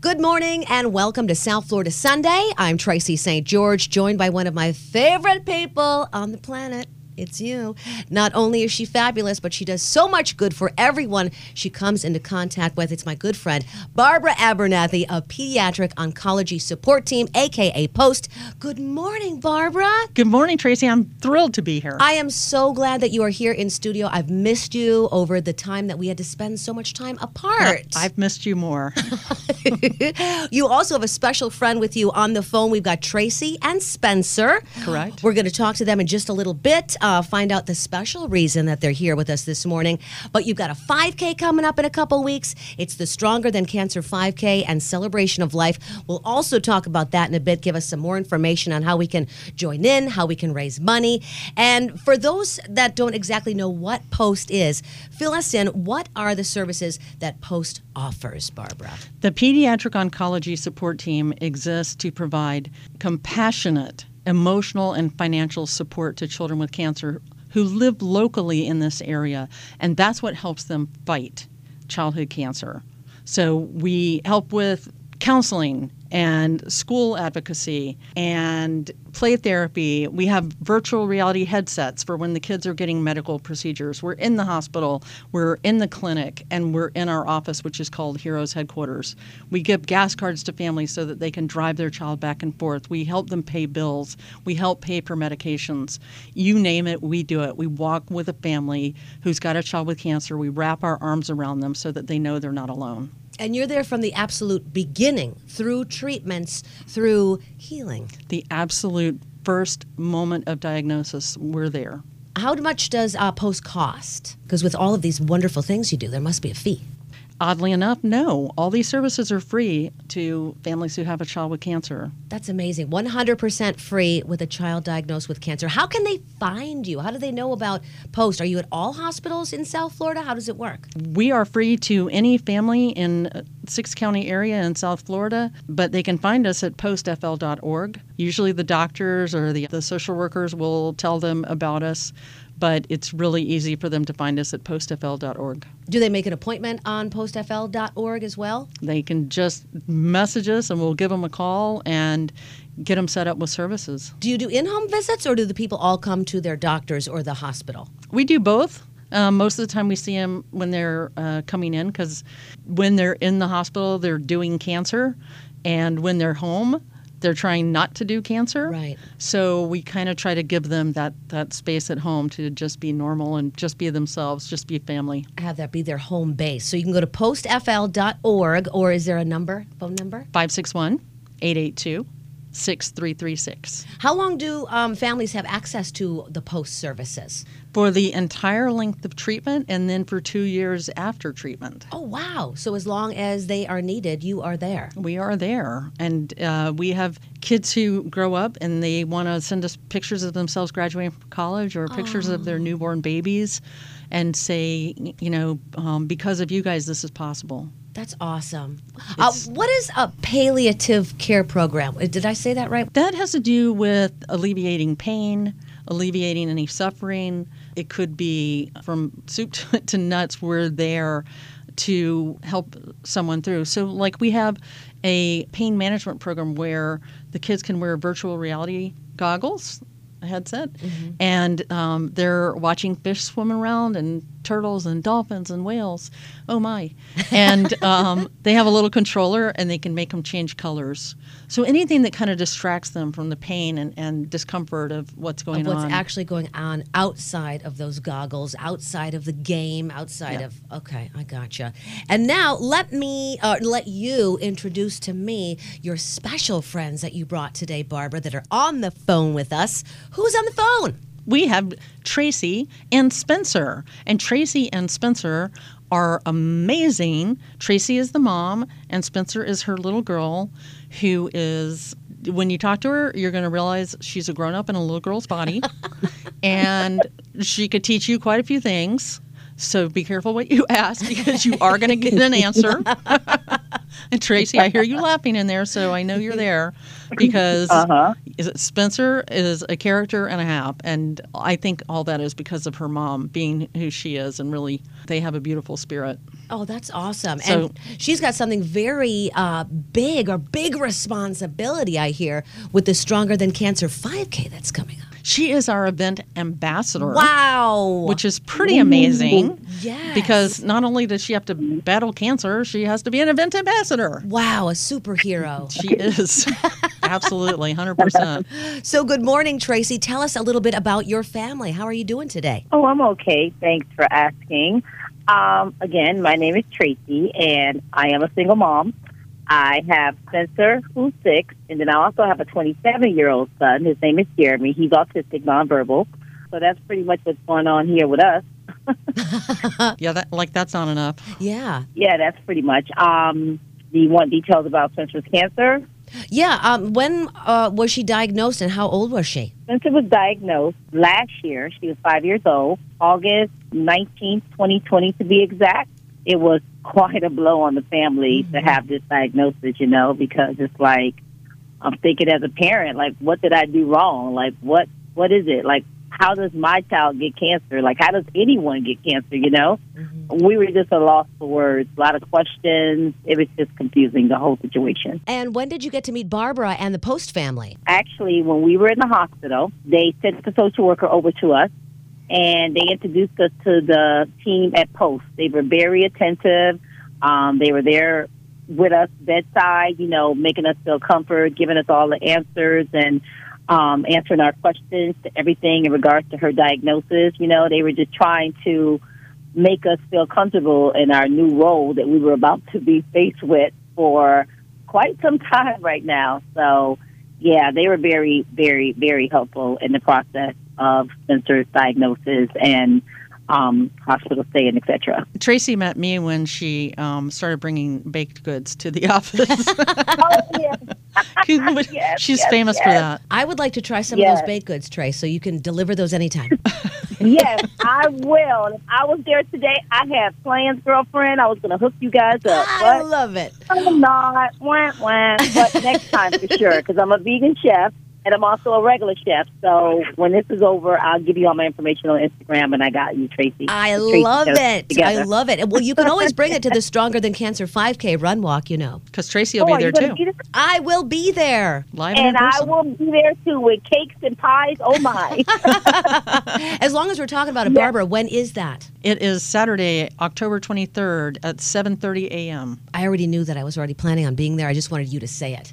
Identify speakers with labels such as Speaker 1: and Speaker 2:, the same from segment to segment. Speaker 1: Good morning and welcome to South Florida Sunday. I'm Tracy St. George, joined by one of my favorite people on the planet. It's you. Not only is she fabulous, but she does so much good for everyone she comes into contact with. It's my good friend, Barbara Abernathy of Pediatric Oncology Support Team, aka POST. Good morning, Barbara.
Speaker 2: Good morning, Tracy. I'm thrilled to be here.
Speaker 1: I am so glad that you are here in studio. I've missed you over the time that we had to spend so much time apart.
Speaker 2: I've missed you more.
Speaker 1: you also have a special friend with you on the phone. We've got Tracy and Spencer.
Speaker 2: Correct.
Speaker 1: We're going to talk to them in just a little bit, uh, find out the special reason that they're here with us this morning. But you've got a 5K coming up in a couple weeks. It's the Stronger Than Cancer 5K and Celebration of Life. We'll also talk about that in a bit, give us some more information on how we can join in, how we can raise money. And for those that don't exactly know what POST is, fill us in. What are the services that POST offers, Barbara?
Speaker 2: The Pediatric Oncology Support Team exists to provide compassionate, emotional, and financial support to children with cancer who live locally in this area, and that's what helps them fight childhood cancer. So we help with counseling and school advocacy and play therapy. We have virtual reality headsets for when the kids are getting medical procedures. We're in the hospital, we're in the clinic, and we're in our office, which is called Heroes Headquarters. We give gas cards to families so that they can drive their child back and forth. We help them pay bills. We help pay for medications. You name it, we do it. We walk with a family who's got a child with cancer. We wrap our arms around them so that they know they're not alone.
Speaker 1: And you're there from the absolute beginning through treatments, through healing.
Speaker 2: the absolute first moment of diagnosis, we're there.
Speaker 1: How much does uh, post cost? Because with all of these wonderful things you do, there must be a fee.
Speaker 2: Oddly enough, no. All these services are free to families who have a child with cancer.
Speaker 1: That's amazing. 100% free with a child diagnosed with cancer. How can they find you? How do they know about POST? Are you at all hospitals in South Florida? How does it work?
Speaker 2: We are free to any family in a six county area in South Florida, but they can find us at postfl.org. Usually the doctors or the, the social workers will tell them about us, but it's really easy for them to find us at postfl.org.
Speaker 1: Do they make an appointment on postfl.org as well?
Speaker 2: They can just message us and we'll give them a call and get them set up with services.
Speaker 1: Do you do in home visits or do the people all come to their doctors or the hospital?
Speaker 2: We do both. Um, most of the time, we see them when they're uh, coming in because when they're in the hospital, they're doing cancer, and when they're home, they're trying not to do cancer.
Speaker 1: Right.
Speaker 2: So we kind of try to give them that that space at home to just be normal and just be themselves, just be family.
Speaker 1: Have that be their home base. So you can go to postfl.org or is there a number, phone number?
Speaker 2: 561 882 6336.
Speaker 1: How long do um, families have access to the post services?
Speaker 2: For the entire length of treatment and then for two years after treatment.
Speaker 1: Oh, wow. So as long as they are needed, you are there.
Speaker 2: We are there, and uh, we have kids who grow up and they want to send us pictures of themselves graduating from college or pictures of their newborn babies, and say, you know, um, because of you guys, this is possible.
Speaker 1: That's awesome. Uh, what is a palliative care program? Uh, Did I say that right?
Speaker 2: That has to do with alleviating pain, alleviating any suffering. It could be from soup to, to nuts, we're there to help someone through. So, like, we have a pain management program where the kids can wear virtual reality goggles, a headset, and um, they're watching fish swim around and turtles and dolphins and whales. Oh my! And um, they have a little controller, and they can make them change colors. So anything that kind of distracts them from the pain and, and discomfort of what's going
Speaker 1: What's
Speaker 2: on.
Speaker 1: actually going on outside of those goggles, outside of the game, outside
Speaker 2: Yeah.
Speaker 1: of. Okay, I gotcha. And now let me, uh, let you introduce to me your special friends that you brought today, Barbara, that are on the phone with us. Who's on the phone?
Speaker 2: we have Tracy and Spencer. And Tracy and Spencer are amazing. Tracy is the mom, and Spencer is her little girl who is. When you talk to her, you're going to realize she's a grown up in a little girl's body, and she could teach you quite a few things. So be careful what you ask because you are going to get an answer. and Tracy, I hear you laughing in there, so I know you're there because
Speaker 1: Uh-huh.
Speaker 2: is it Spencer is a character and a half, and I think all that is because of her mom being who she is, and really they have a beautiful spirit.
Speaker 1: Oh, that's awesome.
Speaker 2: So-
Speaker 1: and she's got something very uh, big or big responsibility, I hear, with the Stronger Than Cancer 5K that's coming up.
Speaker 2: She is our event ambassador.
Speaker 1: Wow.
Speaker 2: Which is pretty amazing.
Speaker 1: Yes. Mm-hmm.
Speaker 2: Because not only does she have to battle cancer, she has to be an event ambassador.
Speaker 1: wow, a superhero.
Speaker 2: She is. Absolutely, 100%.
Speaker 1: so, good morning, Tracy. Tell us a little bit about your family. How are you doing today?
Speaker 3: Oh, I'm okay. Thanks for asking. Um, again, my name is Tracy, and I am a single mom. I have Spencer, who's six, and then I also have a 27 year old son. His name is Jeremy. He's autistic, nonverbal. So that's pretty much what's going on here with us.
Speaker 2: Yeah, that, like that's not enough.
Speaker 1: Yeah.
Speaker 3: Yeah, that's pretty much. Um, do you want details about Spencer's cancer?
Speaker 1: Yeah. Um, when uh, was she diagnosed and how old was she?
Speaker 3: Spencer was diagnosed last year. She was five years old, August 19th, 2020 to be exact. It was quite a blow on the family to have this diagnosis, you know, because it's like, I'm thinking as a parent, like, what did I do wrong? Like, what, what is it? Like, how does my child get cancer? Like, how does anyone get cancer, you know?
Speaker 1: Mm-hmm.
Speaker 3: We were just at a loss for words, a lot of questions. It was just confusing, the whole situation
Speaker 1: And when did you get to meet Barbara and the Post family?
Speaker 3: actually, when we were in the hospital, they sent the social worker over to us and they introduced us to the team at Post. They were very attentive. Um, they were there with us bedside, you know, making us feel comfort, giving us all the answers and um, answering our questions to everything in regards to her diagnosis. You know, they were just trying to make us feel comfortable in our new role that we were about to be faced with for quite some time right now. So, yeah, they were very, very, very helpful in the process of Spencer's diagnosis and um, hospital stay and et cetera.
Speaker 2: Tracy met me when she um, started bringing baked goods to the office.
Speaker 3: oh, yeah.
Speaker 2: She would-
Speaker 3: Yes,
Speaker 2: She's
Speaker 3: yes,
Speaker 2: famous for
Speaker 3: yes.
Speaker 2: that.
Speaker 1: I would like to try some of
Speaker 3: Yes.
Speaker 1: those baked goods, Trace, so you can deliver those anytime.
Speaker 3: yes, I will. If I was there today, I had plans, girlfriend. I was going to hook you guys up.
Speaker 1: I
Speaker 3: But
Speaker 1: love it.
Speaker 3: I'm not. Wah, wah. But next time for sure, because I'm a vegan chef and I'm also a regular chef. So when this is over, I'll give you all my information on Instagram, and I got you, Tracy.
Speaker 1: I
Speaker 3: Tracy
Speaker 1: love
Speaker 3: Jones
Speaker 1: it.
Speaker 3: together.
Speaker 1: I love it. Well, you can always bring it to the Stronger Than Cancer 5K run walk, you know.
Speaker 2: Because Tracy
Speaker 3: Oh,
Speaker 2: will
Speaker 3: are
Speaker 2: be
Speaker 3: you
Speaker 2: there
Speaker 3: gonna
Speaker 2: too.
Speaker 3: be there?
Speaker 1: I will be there.
Speaker 2: Live and
Speaker 3: and
Speaker 2: in
Speaker 3: I
Speaker 2: person.
Speaker 3: will be there too with cakes and pies. Oh my!
Speaker 1: As long as we're talking about it,
Speaker 3: Yeah.
Speaker 1: Barbara, when is that?
Speaker 2: It is Saturday, October 23rd at 7:30 a.m.
Speaker 1: I already knew that I was already planning on being there. I just wanted you to say it.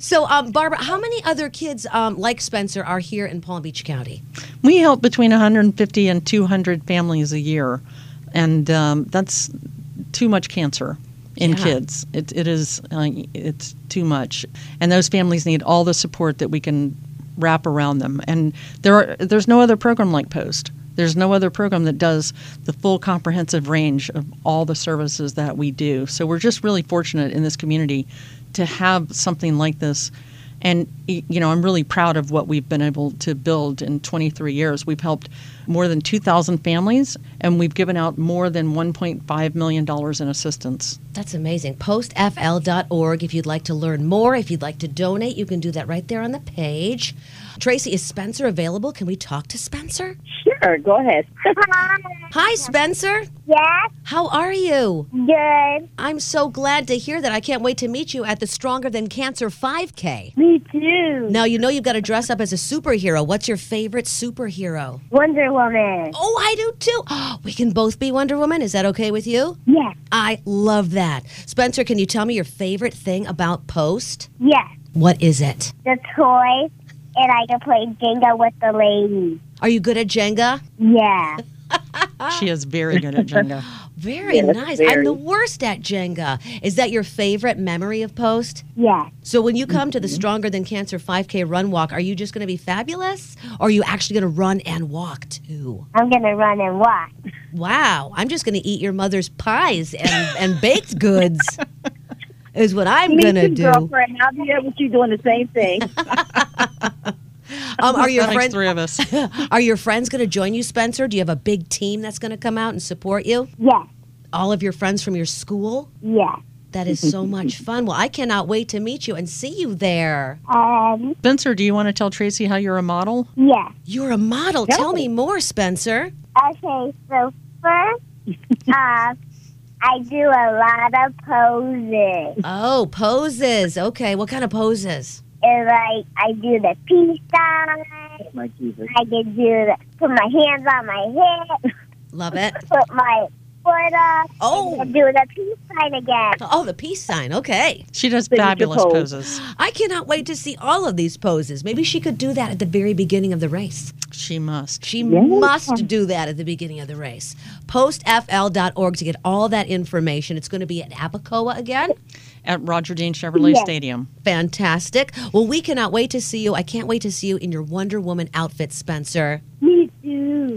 Speaker 1: so, um, Barbara, how many other kids um, like Spencer are here in Palm Beach County?
Speaker 2: We help between 150 and 200 families a year, and um, that's too much cancer in
Speaker 1: Yeah.
Speaker 2: kids. It, it is uh, it's too much, and those families need all the support that we can wrap around them. And there are there's no other program like Post. There's no other program that does the full comprehensive range of all the services that we do. So we're just really fortunate in this community to have something like this and y- you know, I'm really proud of what we've been able to build in 23 years. We've helped more than 2,000 families, and we've given out more than 1.5 million dollars in assistance.
Speaker 1: That's amazing. Postfl.org. If you'd like to learn more, if you'd like to donate, you can do that right there on the page. Tracy, is Spencer available? Can we talk to Spencer?
Speaker 3: sure, go ahead.
Speaker 1: Hi, Spencer.
Speaker 4: Yes,
Speaker 1: How are you?
Speaker 4: good.
Speaker 1: I'm so glad to hear that. I can't wait to meet you at the Stronger Than Cancer 5K.
Speaker 4: Me too.
Speaker 1: Now, you know you've got to dress up as a superhero. What's your favorite superhero?
Speaker 4: Wonder Woman.
Speaker 1: Oh, I do too. We can both be Wonder Woman. Is that okay with you?
Speaker 4: Yes,
Speaker 1: I love that. Spencer, can you tell me your favorite thing about Post?
Speaker 4: yes.
Speaker 1: What is it?
Speaker 4: The toy, and I can play Jenga with the lady.
Speaker 1: Are you good at Jenga?
Speaker 4: Yeah.
Speaker 2: She is very good at Jenga.
Speaker 1: Very
Speaker 3: Yes,
Speaker 1: nice. I'm
Speaker 3: very.
Speaker 1: the worst at Jenga. Is that your favorite memory of Post?
Speaker 4: Yes.
Speaker 1: So when you come
Speaker 3: Mm-hmm.
Speaker 1: to the Stronger Than Cancer 5K run walk, are you just going to be fabulous? Or are you actually going to run and walk too?
Speaker 4: I'm gonna run and walk.
Speaker 1: Wow, I'm just going to eat your mother's pies and, and baked goods, is what I'm
Speaker 3: Me
Speaker 1: going to
Speaker 3: too,
Speaker 1: do.
Speaker 3: girlfriend. I'll be there with you doing the same thing.
Speaker 1: Um, are, your
Speaker 2: that makes
Speaker 1: friend,
Speaker 2: three of us.
Speaker 1: are your friends going to join you, Spencer? Do you have a big team that's going to come out and support you?
Speaker 4: Yes,
Speaker 1: All of your friends from your school?
Speaker 4: yes.
Speaker 1: That is so much fun. Well, I cannot wait to meet you and see you there.
Speaker 4: Um,
Speaker 2: Spencer, do you want to tell Tracy how you're a model?
Speaker 4: yes.
Speaker 1: You're a model. Tell me more, Spencer.
Speaker 4: Okay, so first Uh, I do a lot of poses.
Speaker 1: Oh, poses. Okay, what kind of poses?
Speaker 4: And like I do the peace sign.
Speaker 3: My Jesus.
Speaker 4: I can do the, put my hands on my hip,
Speaker 1: Love it.
Speaker 4: put my foot up,
Speaker 1: Oh.
Speaker 4: and do the peace sign again.
Speaker 1: Oh, the peace sign. Okay.
Speaker 2: She does
Speaker 3: Signature
Speaker 2: fabulous
Speaker 3: pose.
Speaker 2: poses.
Speaker 1: I cannot wait to see all of these poses. Maybe she could do that at the very beginning of the race.
Speaker 2: She must.
Speaker 1: She
Speaker 3: Yes.
Speaker 1: must do that at the beginning of the race. Postfl.org to get all that information. It's going to be at Abacoa again.
Speaker 2: At Roger Dean Chevrolet
Speaker 4: Yes.
Speaker 2: Stadium.
Speaker 1: Fantastic. Well, we cannot wait to see you. I can't wait to see you in your Wonder Woman outfit, Spencer.
Speaker 4: Me too.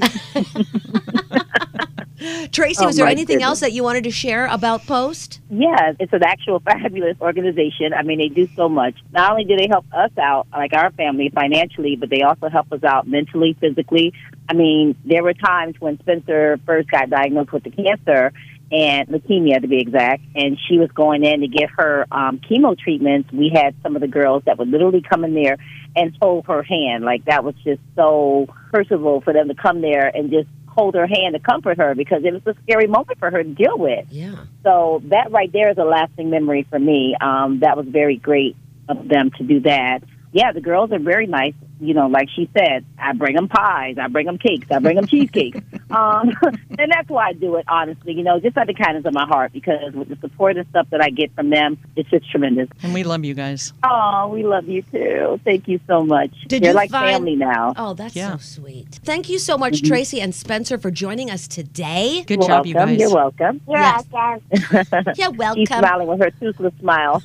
Speaker 1: Tracy,
Speaker 3: Oh,
Speaker 1: was there
Speaker 3: my
Speaker 1: anything
Speaker 3: goodness.
Speaker 1: else that you wanted to share about Post?
Speaker 3: Yes, it's an actual fabulous organization. I mean, they do so much. Not only do they help us out, like our family, financially, but they also help us out mentally, physically. I mean, there were times when Spencer first got diagnosed with the cancer and leukemia, to be exact, and she was going in to get her um, chemo treatments. We had some of the girls that would literally come in there and hold her hand. Like, that was just so personal for them to come there and just hold her hand to comfort her because it was a scary moment for her to deal with.
Speaker 1: Yeah.
Speaker 3: So that right there is a lasting memory for me. Um, that was very great of them to do that. Yeah, the girls are very nice. You know, like she said, I bring them pies, I bring them cakes, I bring them cheesecakes. Um, and that's why I do it, honestly, you know, just out of the kindness of my heart because with the support and stuff that I get from them, it's just tremendous.
Speaker 2: And we love you guys.
Speaker 3: Oh, we love you too. Thank you so much.
Speaker 1: Did
Speaker 3: You're
Speaker 1: you
Speaker 3: like
Speaker 1: find-
Speaker 3: family now.
Speaker 1: Oh, that's
Speaker 2: Yeah.
Speaker 1: so sweet. Thank you so
Speaker 3: Mm-hmm.
Speaker 1: much, Tracy and Spencer, for joining us today.
Speaker 2: Good
Speaker 3: You're
Speaker 2: job, you
Speaker 3: welcome.
Speaker 2: guys.
Speaker 3: You're welcome.
Speaker 4: You're
Speaker 1: Yes.
Speaker 4: welcome.
Speaker 1: You're
Speaker 3: She's
Speaker 1: welcome.
Speaker 3: smiling with her toothless smile.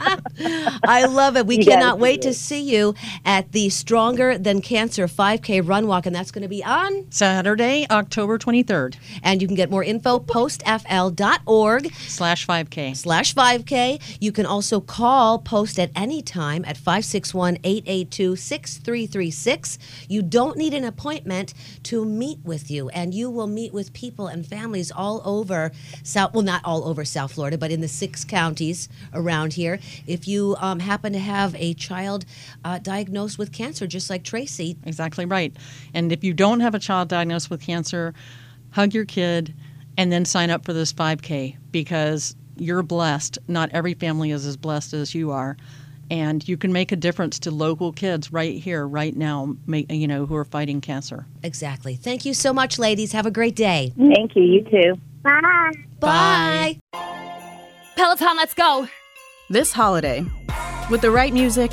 Speaker 1: I love it. We
Speaker 3: You gotta
Speaker 1: cannot
Speaker 3: do
Speaker 1: wait to
Speaker 3: it.
Speaker 1: see you at the Stronger Than Cancer 5K Run Walk, and that's going to be on.
Speaker 2: Saturday, October 23rd,
Speaker 1: And you can get more info, postfl.org
Speaker 2: slash 5K.
Speaker 1: slash 5K. You can also call Post at any time at 561 882 6336. You don't need an appointment to meet with you, and you will meet with people and families all over South, well, not all over South Florida, but in the six counties around here. If you um, happen to have a child uh, diagnosed with cancer, just like Tracy,
Speaker 2: Exactly right. And if you don't have a child diagnosed with cancer, hug your kid and then sign up for this 5K because you're blessed. Not every family is as blessed as you are. And you can make a difference to local kids right here, right now, make, you know, who are fighting cancer.
Speaker 1: exactly. Thank you so much, ladies. Have a great day.
Speaker 3: Thank you. You too.
Speaker 4: Bye.
Speaker 1: Bye.
Speaker 5: Peloton, let's go.
Speaker 6: This holiday, with the right music